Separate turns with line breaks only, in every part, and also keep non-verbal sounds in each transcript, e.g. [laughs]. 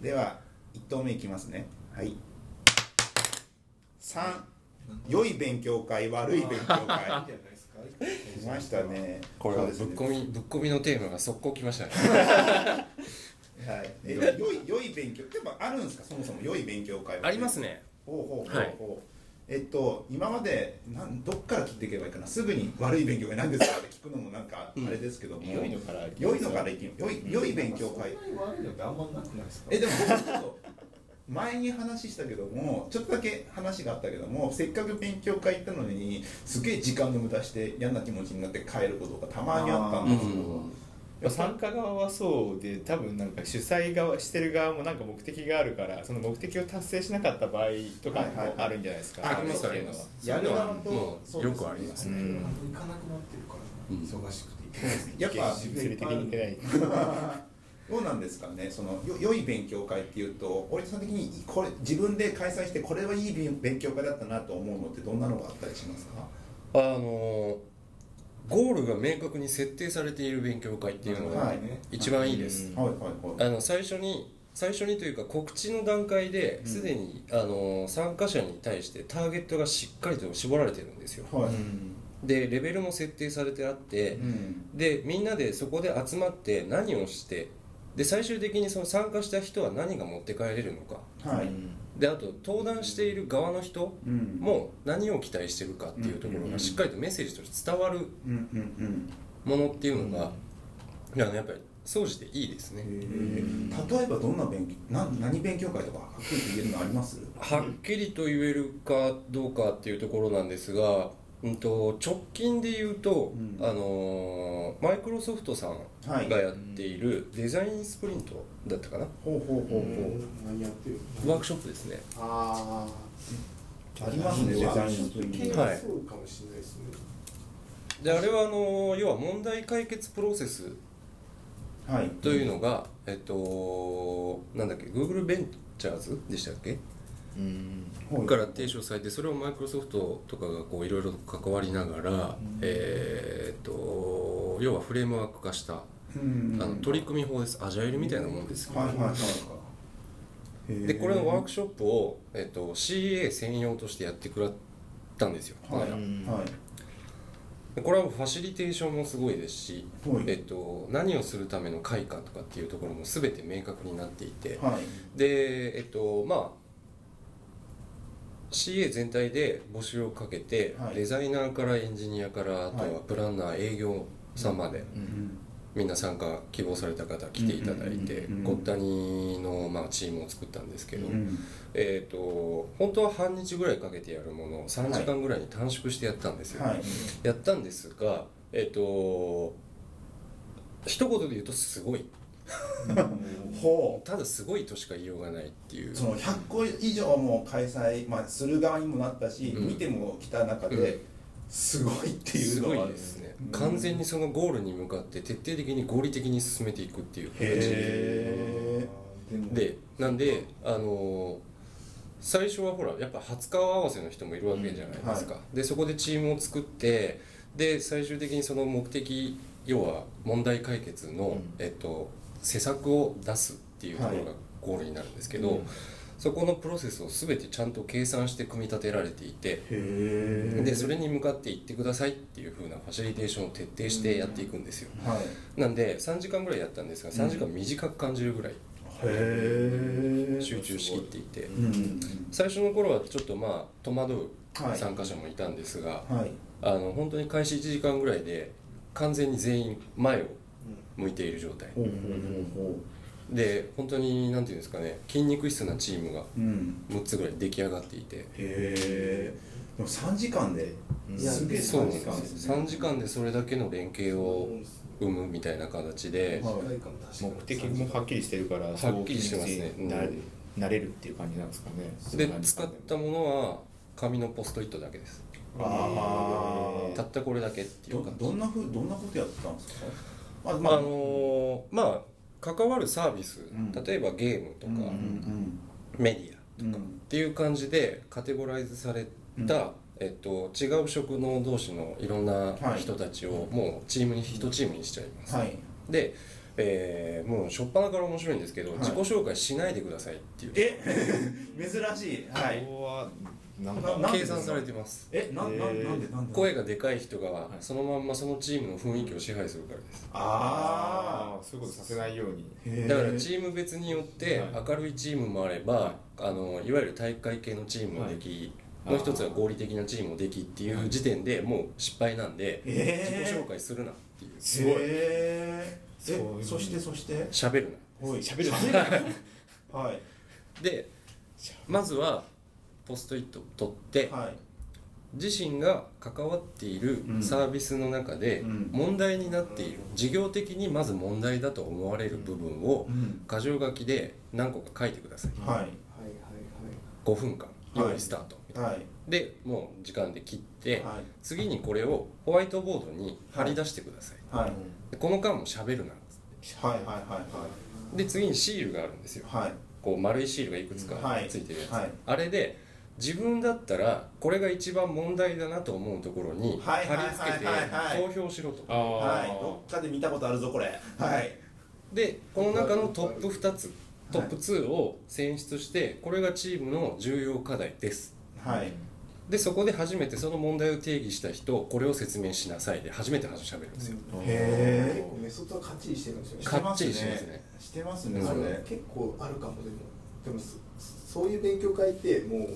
では1投目いきますねはい3良い勉強会悪い勉強会来ましたね
これ
そ
は
う
ぶ
で
っ
すね
込みぶっ込みのテーマが速攻きましたね
はいえでも良い良い勉強でもあるんですかそもそも良い勉強会は
ありますね
ほうほうほうほう、
はい
えっと今までなんどっから切っていけばいいかなすぐに悪い勉強会何ですかって聞くのもなんかあれですけども、
良いのから
良いのからいき良い良い勉強会
そんなに悪いのってあんまなくないですか
えでも僕ちょっと前に話したけどもちょっとだけ話があったけどもせっかく勉強会行ったのにすげえ時間の無駄して嫌な気持ちになって帰ることがたまにあったんですけど、
参加側はそうで多分なんか主催側してる側もなんか目的があるからその目的を達成しなかった場合とかもあるんじゃないですか、
あります
そ
あ
うい
り
うの
ま
は
す
やる側と
も
そう
う
です
よ
ね
くあります
う
ね
ん
行かなくなってるから、
うん
忙しくて
やっぱ
物理的にいけない
どうなんですかねそのよ良い勉強会っていうと俺さん的にこれ自分で開催してこれはいい勉勉強会だったなと思うのってどんなのがあったりしますか
あのゴールが明確に設定されている勉強会っていうの
は
が
い
一番いいです、
うん
はいはい
あ
はい
の最初に最初にというか告知の段階で
うん
すでに、あの参加者に対してターゲットがしっかりと絞られてるんですよ
はい、
でレベルも設定されてあって、
うん
でみんなでそこで集まって何をしてで最終的にその参加した人は何が持って帰れるのか
はい
であと登壇している側の人
うん
も何を期待してるかっていうところがしっかりとメッセージとして伝わる
うんうん
ものっていうのが、いややっぱり総じていいです
う
ね、
んへえ例えばどんな勉強何何勉強会とかはっきりと言えるのあります
はっきりと言えるかどうかっていうところなんですが、うん、と直近で言うと、
うん
あのーマイクロソフトさん
はい
がやっているデザインスプリントだったかな、
ほうほうほうほう
何やってる
ワークショップですね
ああ
ありますねデザイン
の
スプリント
系
は
はいそうかもしれないですね、
であれはあの要は問題解決プロセス
はい
というのが、えっとなんだっけ Google ベンチャーズでしたっけ
うん
ほう
から提唱されてそれをマイクロソフトとかがこういろいろ関わりながら、えーっと要はフレームワーク化した、
うん
あの取り組み法ですアジャイルみたいなもんですよ、
はいはいはい
でこれのワーク
シ
ショップを、えっと CA 専用としてやってくれたんですよ、この間
うん
はい
でこれはファシリテーションもすごいですし、
はい
えっと、何をするための会かとかっていうところも全て明確になっていて、
はい
でえっとまあ CA 全体で募集をかけて、
はい
デザイナーからエンジニアからあと
は
はいプランナー、営業さんまで、
うん
みんな参加希望された方来ていただいて
うんうんうんうん
ごったにの、まあ、チームを作ったんですけど、
うん
えっと本当は半日ぐらいかけてやるものを3時間ぐらいに短縮してやったんですよ、
はい
やったんですがえっと一言で言うとすごい
ほ
ただすごいとしか言いようがないっていう
うその100個以上も開催、まあ、する側にもなったし、
うん
見ても来た中
う
で
ん
すごいっていう
す
の
ご
はい
ですね、
うん
完全にそのゴールに向かって徹底的に合理的に進めていくっていう
へ
でも
でなんであのー最初はほらやっぱ初顔合わせの人もいるわけじゃないですか、でそこでチームを作ってで最終的にその目的要は問題解決の、
うん
えっと、施策を出すっていうところがゴールになるんですけど、そこのプロセスを全てちゃんと計算して組み立てられていて、
へえ
でそれに向かって行ってくださいっていう風なファシリテーションを徹底してやっていくんですよ、
はい
なんで3時間ぐらいやったんですが3時間短く感じるぐらい
へえ
集中しきっていて、
うん
最初の頃はちょっとまあ戸惑
は
う
い
参加者もいたんですが、
はい
あの本当に開始1時間ぐらいで完全に全員前を向いている状態
ほうほうほうほ
で本当に何ていうんですかね筋肉質なチームが
ううん
6つぐらい出来上がっていて
へえでも3時間で
うん
すげえ
そう
3
なん
時
です
間ですね
3時間でそれだけの連携を生むみたいな形で、
はい
世界観確かに
目的もはっきりしてるから
はっきりしてますね
そうなれなれるっていう感じなんですかね
で使ったものは紙のポストイットだけです
あ
たったこれだけってい
ど
うか
どんなふうどんなことやってたんですかまあ
まああのーまあ関わるサービス、
うん
例えばゲームとか、
うんうん
メディアっ
うんうん
ていう感じでカテゴライズされた、
うん
えっと、違う職能同士のいろんな
はい
人たちをもうチームに一チームにしちゃいます、
はい
で、えーもう初っ端から面白いんですけど、
はい
自己紹介しないでくださいっていう
え [laughs] 珍しいはい
ここはな
な
ん
なん
か
で
計算されてます
えな
え
ん
ー
なんなんでなんで
声がでかい人がそのまんまそのチームの雰囲気を支配するからです
あ
ーそういうことさせないように
ー
だからチーム別によって
は
明るいチームもあればあのいわゆる体育会系のチームもでき、
はい
もう一つは合理的なチームもできっていう時点でもう失敗なんで、
えー
自己紹介するなっていう
すごい
え
そういうの
え
に
そしてそして
喋る
おい
喋る
るはい
なでまずはポストイットを取って、
はい
自身が関わっている
うん
サービスの中で
うん
問題になっている、事業的にまず問題だと思われる部分を
うん
箇条書きで何個か書いてください
は
はいは
5分間用意スター
い
ト、
はい
でもう時間で切って、
はい
次にこれをホワイトボードに貼り出してください、
はいはい
でこの間も喋るなっつっ
はいはい
てで次にシールがあるんですよ
はい
こう丸いシールがいくつか
はい
ついてるやつ、
はい
あれで自分だったらこれが一番問題だなと思うところに貼
はい
り付けて
はいはいはいはい
投票しろと、
ああ
はいどっかで見たことあるぞこれはい
でこの中のトップ2つトップ2を選出してこれがチームの重要課題です
はい
でそこで初めてその問題を定義した人これを説明しなさいで初めて話しゃべるんですよ、
へ
いはい。
え
結構メソッドはカッチリしてるんですよね。
かっちりしてますね
してますね
うん
そ
あ
れ
れ結構あるかもでもでもそそういう勉強会ってもう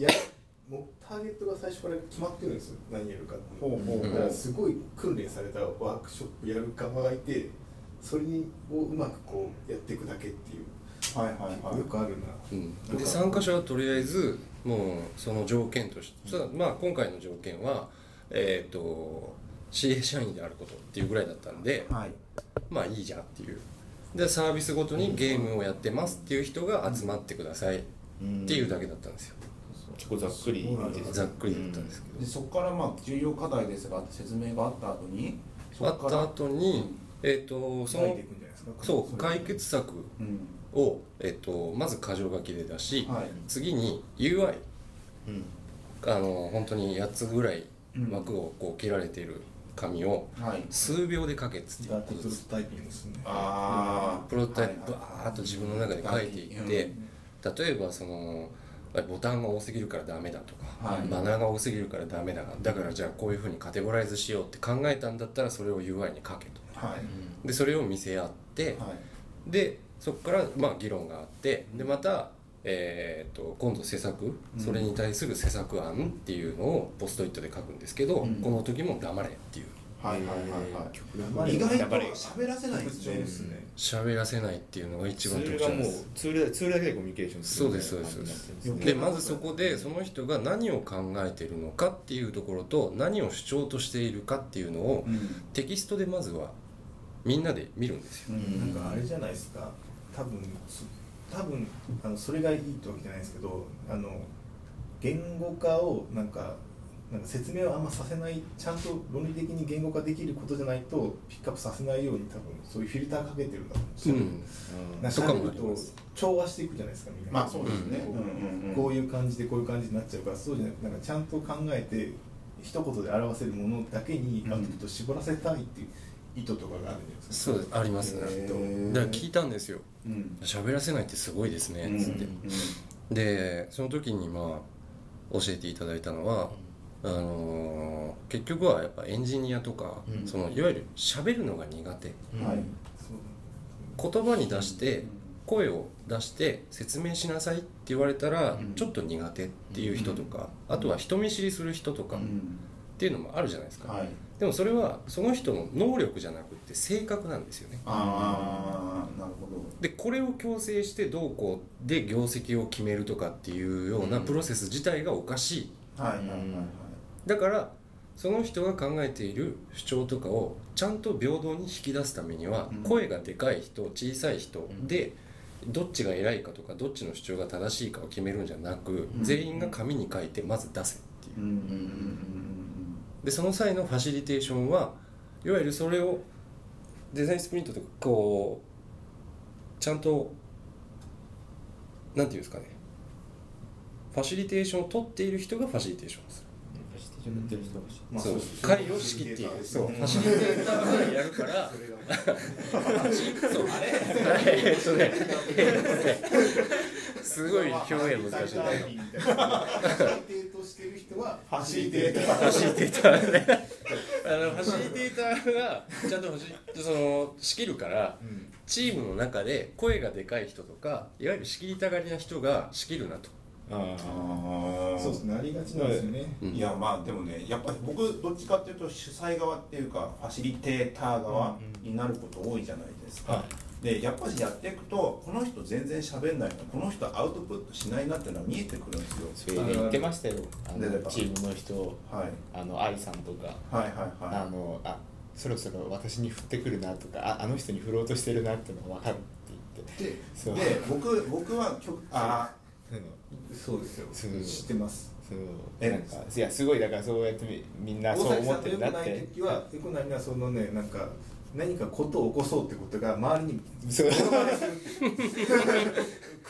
やもうターゲットが最初から決まってるんですよ何やるかって
ほうほうほう
だからすごい訓練されたワークショップやる側がいてそれにをうまくこうやっていくだけっていう、
はいはい
よ
は
くあるな、
うん、で参加者はとりあえずもうその条件として、ただまあ、今回の条件は、えー、と CA 社員であることっていうぐらいだったんで
いはい
まあいいじゃんっていうでサービスごとにゲームをやってますっていう人が集まってくださいっていうだけだったんですよ
結構ざっくりです
ざっくりだったんですけど、
でそこからまあ重要課題ですがって説明があった後にそ
あ
こ
っ
から
た後に、えっ、とそ
書い
の
ていくんじゃないですか
そう
れ
解決策
うん
を、えっとまず箇条書きで出し、
はい
次に UI
うん
あの本当に8つぐらい
うん
枠をこう切られている紙を
はい
数秒で書けっつって
プロトタイピングですね
ああ
プロトタイプ
は
バーッと自分の中で書いていって例えばそのボタンが多すぎるからダメだとか、
はい
バナーが多すぎるからダメだだからじゃあこういうふうにカテゴライズしようって考えたんだったらそれを UI に書けと
はい
でそれを見せ合って、
はい
でそこからまあ議論があってでまた、えー、と今度施策それに対する施策案っていうのをポストイットで書くんですけど、
うん
この時も黙れっていう
はいはいはいは
はいい
意外と
頑張れ
喋らせないですね
ですね
喋らせないっていうのが一
ツ
番
ー
特
ル
徴
がも
で
う
す
ツールだツールだけでコミュニケーションするみたいな
そうですそうです
感じ
そう
になって
で
る
で
ん
まずそこでその人が何を考えているのかっていうところと何を主張としているかっていうのを
うん
テキストでまずはみんなで見るんですよ
なんかあれじゃないですか多分そ多分あのそれがいいってわけじゃないですけどあの言語化をなんかなんか説明をあんまさせないちゃんと論理的に言語化できることじゃないとピックアップさせないように多分そういうフィルターかけてるんだと思うんです
う
よ、
ん
うん
なんか
そっかも
喋
あ
る
りま
と
す
調和していくじゃないですかみんな
まあそうですね
こう
うんうんうん
こういう感じでこういう感じになっちゃうからそうじゃなくてなんかちゃんと考えて一言で表せるものだけにアウトプットを絞らせたいっていう意図とかがあるんじゃないですか、
そうですありますね
へー
だから聞いたんですよ
うん
喋らせないってすごいですね
うん
つって、でその時にまあ教えていただいたのは、あのー結局はやっぱエンジニアとか、
うん
そのいわゆる喋るのが苦手
うんはい
そう
言葉に出して
うん
声を出して説明しなさいって言われたら
うん
ちょっと苦手っていう人とか、あとは人見知りする人とか
う
っ
ん
ていうのもあるじゃないですか、
はい
でもそれはその人の能力じゃなくて性格なんですよね
ああなるほど
でこれを強制してどうこうで業績を決めるとかっていうような
うん
プロセス自体がおかしい
はいはいはい
うん
はい
だからその人が考えている主張とかをちゃんと平等に引き出すためには、
うん
声がでかい人小さい人
ん
で、どっちが偉いかとかどっちの主張が正しいかを決めるんじゃなく、
うん
全員が紙に書いてまず出せってい
う
う
んうんうん
でその際のファシリテーションはいわゆるそれをデザインスプリントとかこうちゃんとなんていうんですかねファシリテーションを取っている人がファシリテーションをする
一緒にやってる人がし
まあ
そう
そう
会を仕切っているそうファシリテーターがやるから
それが
そうあれえっとね [laughs] すごい表現難しいんだよ
最低としてる人はファシリテーター
ファシリテーターねあのファシリテーターがちゃんとファシリその仕切るからチームの中で声がでかい人とかいわゆる仕切りたがりな人が仕切るなと
ああ
ああ
そうですねありがちなんですよね
うん
いやまあでもねやっぱり僕どっちかっていうと主催側っていうかファシリテーター側になること多いじゃないですか、
は
でやっぱりやっていくとこの人全然喋んないなこの人アウトプットしないなっていうのは見えてくるんです
そ
よ
れで言ってましたよあ
出て
の
た
チームの人
はい
あの愛さんとか
はいはいはい
あのあそろそろ私に振ってくるなとかああの人に振ろうとしてるなっていうのが分かるって言って
でで
そう
僕僕は曲あ
その
そうですよ
そう
知ってます
そ
え
のなんかいやすごいだからそうやってみみんな
大
そう
崎
思
さ
っ
んの
てる
良く
なっ
ない
て
時は良くないのはそのねなんか何かことを起こそうってことが周 [laughs] りに
そう
来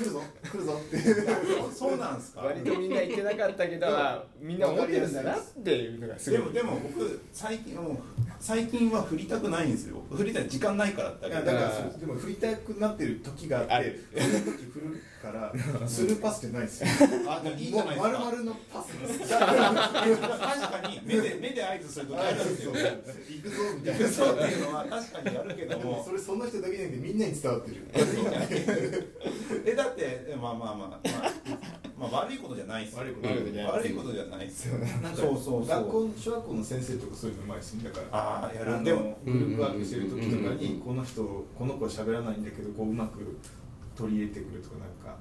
るぞ来るぞっ
[laughs]
て
ーそうなんですか
割とみんな言ってなかったけどあみんな思ってるんだなっていうのがす
で
ご
も
い
でも僕最近もう最近は振りたくないんですよ振りたい時間ないからって
い
あ
や
げ
だ
た
かららそうでも振りたくなってる時があ
あ
って
る
その時振るからスルーパスってないですよ
あでもいいじゃないです
も
か
う丸々のパスです
だから確かに目で目で合図すると大事ですよね
行くぞみたいな
そうっていうのは確かにやるけど
でも
も
それその人だけじゃなくてみんなに伝わってる
えだってまあまあまあまあ、まあ、悪いことじゃないですよ
悪いこと
じゃない
悪いことじゃないですよ
なんか
そうそうそ
学
う
校の小学校の先生とかそういうのうまいですねだから
ああや
あ
る
の
でも
グループワークしてる時とか
うんうんうんう
に
ん
この人この子は喋らないんだけどこううまく取り入れてくるとか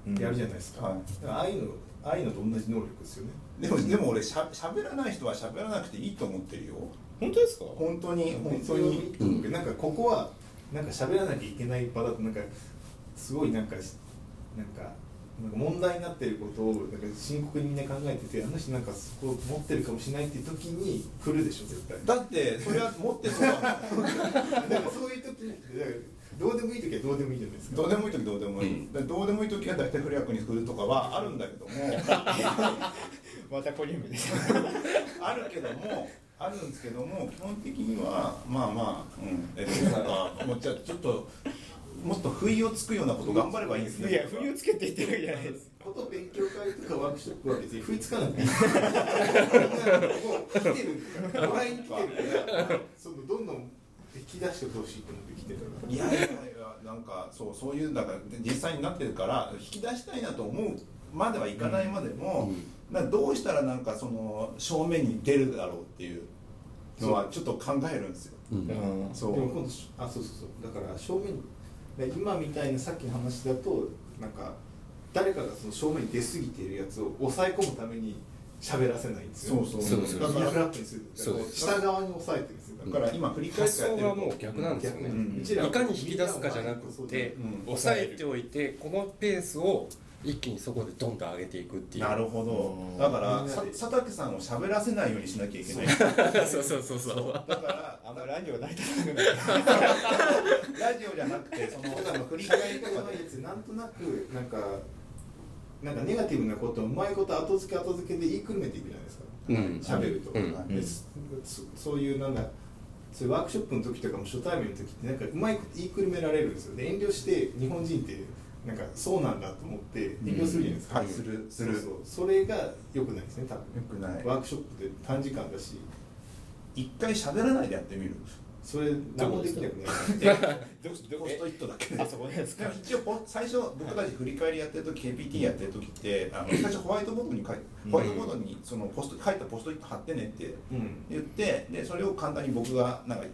なんかやるじゃないですか,、
うんはい
だからああいうのああいうのと同じ能力ですよね
でもでも俺しゃ喋らない人は喋らなくていいと思ってるよ
本当ですか
本当に本当
別
に
になんかここはなんか喋らなきゃいけない場だとなんかすごいなんかしなんかなんか問題になってることをなんか深刻にみんな考えててあの人なんかそこ持ってるかもしれないっていう時に来るでしょ絶対
だってそれは持ってそうだもん
だからそういう時にだからどうでもいい時はどうでもいいじゃないですか
どうでもいい時どうでもいい、だからどうでもいい時は大体古役に振るとかはあるんだけども [laughs]
またポリウムです
あるけどもあるんですけども基本的にはまあまあ、うん、えっとなんかもうじゃあちょっともっと不意をつくようなこと頑張ればいいんですね
いや冬つけて言ってるわけじゃないです
こと勉強会とかワークショップは別に食いつかなくていい。もう来てるから、もらいに来てるから、そのどんどん引き出してほしいと思って来てるから。
いやいやいやなんかそうそういうだから実際になってるから引き出したいなと思うまではいかないまでも、なんかどうしたらなんかその正面に出るだろうっていうのはちょっと考えるんですよ。
うん
うん
そう
でも今度しあそうそうそうだから正面にで今みたいなさっきの話だとなんか誰かがその正面に出過ぎているやつを抑え込むために喋らせないんですよ
そうそう
そうそう
だからフラップにする
そう
だから下側に抑えてるんですよだ
だから今振り返って
発
やっ
想
てる
が
と
もう逆なんですよね、
うん
うちらはい
かに引き出すかじゃなくて
うん
抑えておいてこのペースを一気にそこでドンと上げていくっていう
なるほ
うん
どだから
みんな
さ
で
佐竹さんを喋らせないようにしなきゃいけない
そうそうそうそう
だから
あんまラジオ大体なくな
ラジオじゃなくてその
だから
振
振
り
り
返
返
り
り
と
と
か
かのやつなんとなくなんかなんかネガティブなことをうまいこと後付け後付けで言いくるめていくじゃないですか
うん
喋ると、
うん
でそそういうなんだそういうワークショップの時とかも初対面の時ってなんかうまいこと言いくるめられるんですよで遠慮して日本人ってなんかそうなんだと思って遠慮するじゃないですか、
はいするする
そうそうそれが良くないですね多分
良くない
ワークショップって短時間だし
一回喋らないでやってみる
それ何もできなくなる
どこど
ポ
こ
ストイットだ
[laughs]
け
あ
で
そこです
で
か
も一応ポ最初僕たち振り返りやってる時 KPT やってる時ってあの最初ホワイトボードに書いホワイトボードにそのポスト書いたポストイット貼ってねって
うん
言ってでそれを簡単に僕がなんか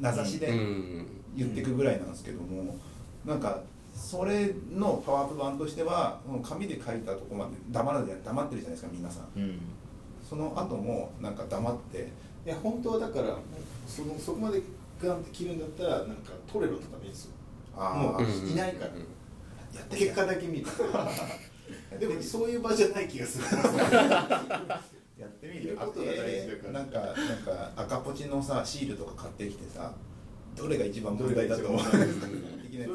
名指しで、
うん
言っていくぐらいなんですけども、なんかそれのパワーアップ版としてはもう紙で書いたとこまで黙らずや黙ってるじゃないですか皆さん
うん
その後もなんか黙って
いや本当はだからそのそこまでガンって切るんだったらなんか取れろとかでいいんですよ
ああ、
もういないから、
やって
結
結
果
果
だけ見る [laughs] でもそういう場じゃない気が [laughs] する
やってみ
る
る
ことが大事だから
なんかなんか赤ポチのさシールとか買ってきてさどれが一番
どれ
問
が
題
一
だ
番
と思う
そ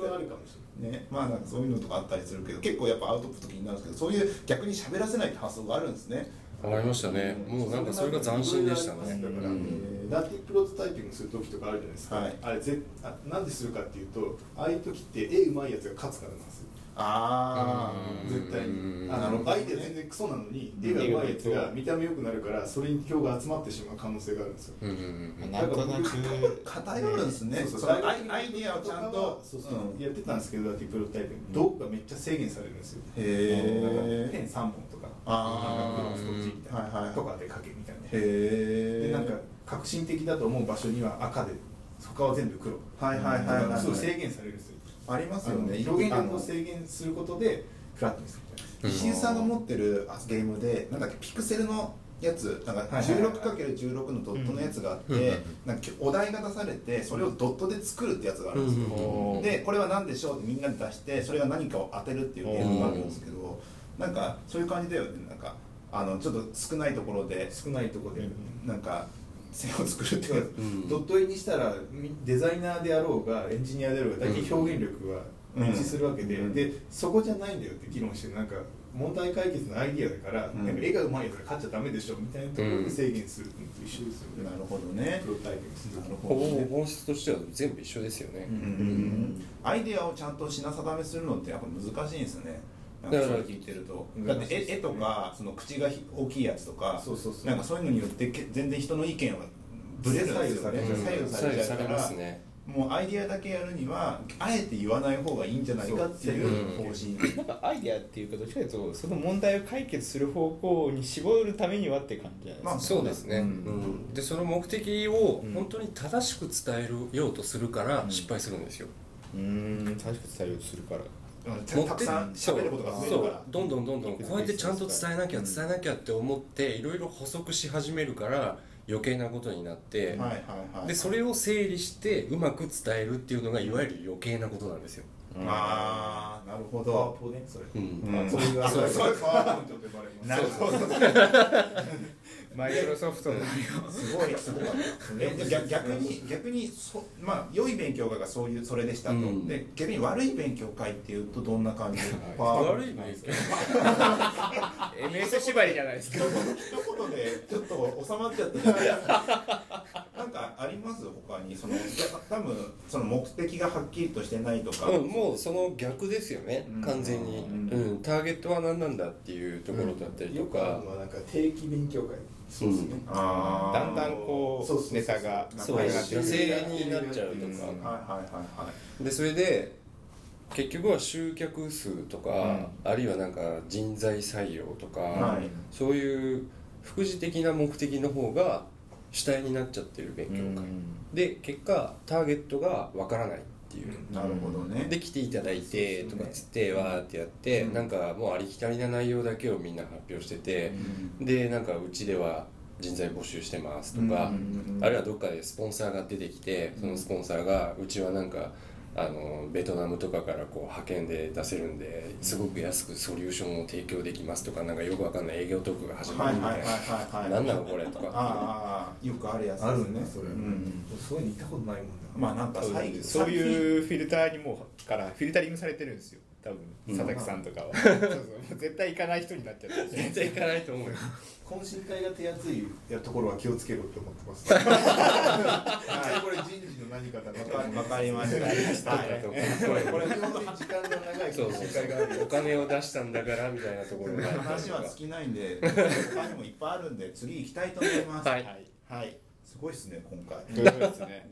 れはあるかもし
ね、まあなんかそういうのとかあったりするけど結構やっぱアウトプット気になるんですけどそういう逆に喋らせないって発想があるんですね
上がりましたねもうなんかそれが斬新でしたね
だから、
うん
えーナティブプロトタイピングする時とかあるじゃないですか、
はい
あれぜあなんでするかっていうとああいう時って絵うまいやつが勝つからなんですよ
あ
うん
絶対
うん
にあ
なるほ
の
ど
相手は全然クソなのに絵が上手いやつが見た目良くなるからそれに票が集まってしまう可能性があるんですよ
うんうんうん
まあなんとなく
あ偏るんですね
そう
そ
そう
の
大
アイ
学の
アイディアをちゃんと
そうそう
うんへ
やってたんですけどだってプロトタイプ道具がめっちゃ制限されるんですよなんかペ
え
ン3本とかなんか
あ
クロスこっちみたい
はいはいは
ないとかで書けみたい
ー
な
へ
で
え
なんか革新的だと思う場所には赤で他は全部黒
はいはいはいはいはい
すごい制限されるんですよ
ありますよね
表現
あ
力
の
を制限することでフラットにするみたいな
うん
石井さんが持ってるあゲームでなんだっけピクセルのやつなんか
はいはいはい
16×16 のドットのやつがあって、
うん
なんかお題が出されてそれをドットで作るってやつがあるんですよ、
うん
でこれは何でしょうってみんなで出してそれが何かを当てるっていうゲームがあるんですけどなんかそういう感じだよねなんかあのちょっと少ないところで
少ないところで、
なんか線を作るっていうか
うん
ドット絵にしたらみデザイナーであろうがエンジニアであろうが大体表現力は一致するわけで、
うん
でそこじゃないんだよって議論してなんか問題解決のアイディアだから、
うん
なんか絵がうまいやつが勝っちゃダメでしょみたいなところ
う
で
ん
制限するのと一緒ですよね、
なるほどね
プロタイプにする
なる
ほ
ほど
ぼ
ね
本質としては全部一緒ですよね、
うんうんアイデアをちゃんと品定めするのってやっぱ難しいんですねなんかそれ聞いてるとだ
だから
って絵絵とかその口がひ大きいやつとか
そうそうそう
なんかそういうのによってけ全然人の意見はブレるん
左
で
右
す
さ
よ
れ
ね
ちゃう
左右され
左右
ちゃ
さ
うか
れ
ら
ますね
もうアイディアだけやるにはあえて言わない方がいいんじゃないかっていう
そう
方針
なんかアイデアっていうかどっちかというとその問題を解決する方向に絞るためにはって感じじゃないですか、
まあ
そうですね、
うん
うんでその目的を
うん
本当に正しく伝えるようとするから
うん
失敗するんですよ、
うーん正しく伝えようとするから
うん
持って
たくさん喋ることが増えるから
そうどんどんどんどんこうやってちゃんと伝えなきゃ
うん
伝えなきゃって思っていろいろ補足し始めるから余計なことになって、
はいはいはい
でそれを整理してうまく伝えるっていうのがいわゆる余計なことなんですよ、
ああなるほ
パワー
ど
ポねそれ、
うん
うん
そういうあ
そう
そういうパワーポイントって呼ばれます
なるほど
マイクロソフトの
すごいすごかったえじゃあ逆逆に逆にそまあ良い勉強会がそういうそれでしたと、
うん
で逆に悪い勉強会っていうとどんな感じパワー
悪いね
MS 縛りじゃないですか
一言でちょっと収まっちゃったなんかあります他にそのいや多分その目的がはっきりとしてないとか、
うん、もうその逆ですよね、
うん
完全に、
うん
うんターゲットは何なんだっていうところだったりと
よくあ
か
る、のはなんか定期勉強会
そうですね
あー
だんだんこ
そうそうそう
うネタが
そう
上
惰
がってくる
性になっちゃう
う
とか、
ん
はいはいはいはい
でそれで結局は集客数とか、あるいはなんか人材採用とか、
はい
そういう副次的な目的の方が主体になっちゃってる勉強会、で結果ターゲットがわからないっていう、
なるほどね
で来ていただいて
そうそうそう
とかっつってわーってやって、
うん
なんかもうありきたりな内容だけをみんな発表してて、でなんかうちでは人材募集してますとか、あるいはどっかでスポンサーが出てきてそのスポンサーがうちはなんかあのベトナムとかからこう派遣で出せるんですごく安くソリューションを提供できますとかなんかよくわかんない営業トークが始ま
はい
る
はい
み
は
た
い
い
はいは
ない何なのこれと
あー
か
あーよくあるやつ
あるねそれ、
うん、
すごい似たことないもんな、
まあなんか最近
そう
う
いうフィルターにもうからフィルタリングされてるんですよ多分
うん
佐々木さん
[laughs]
とかは、そうそうもう絶対行かない人になっちゃって
全然いかないと
[laughs]
思うよ
懇親会が手厚いところは気をつけろって思ってます。はい、これ人事の何かだ
[laughs]
なと思いま
わ
す
かりました
[laughs]
はい
これこれ本当に時間が長い
そう
懇親
そうそう
会があるよ
お。金を出したんだからみたいなところがあったり
話
とか
は尽きないんで他にもいっぱいあるんで次行きたいと思います
はい
はい、すごいですね今回
ということですね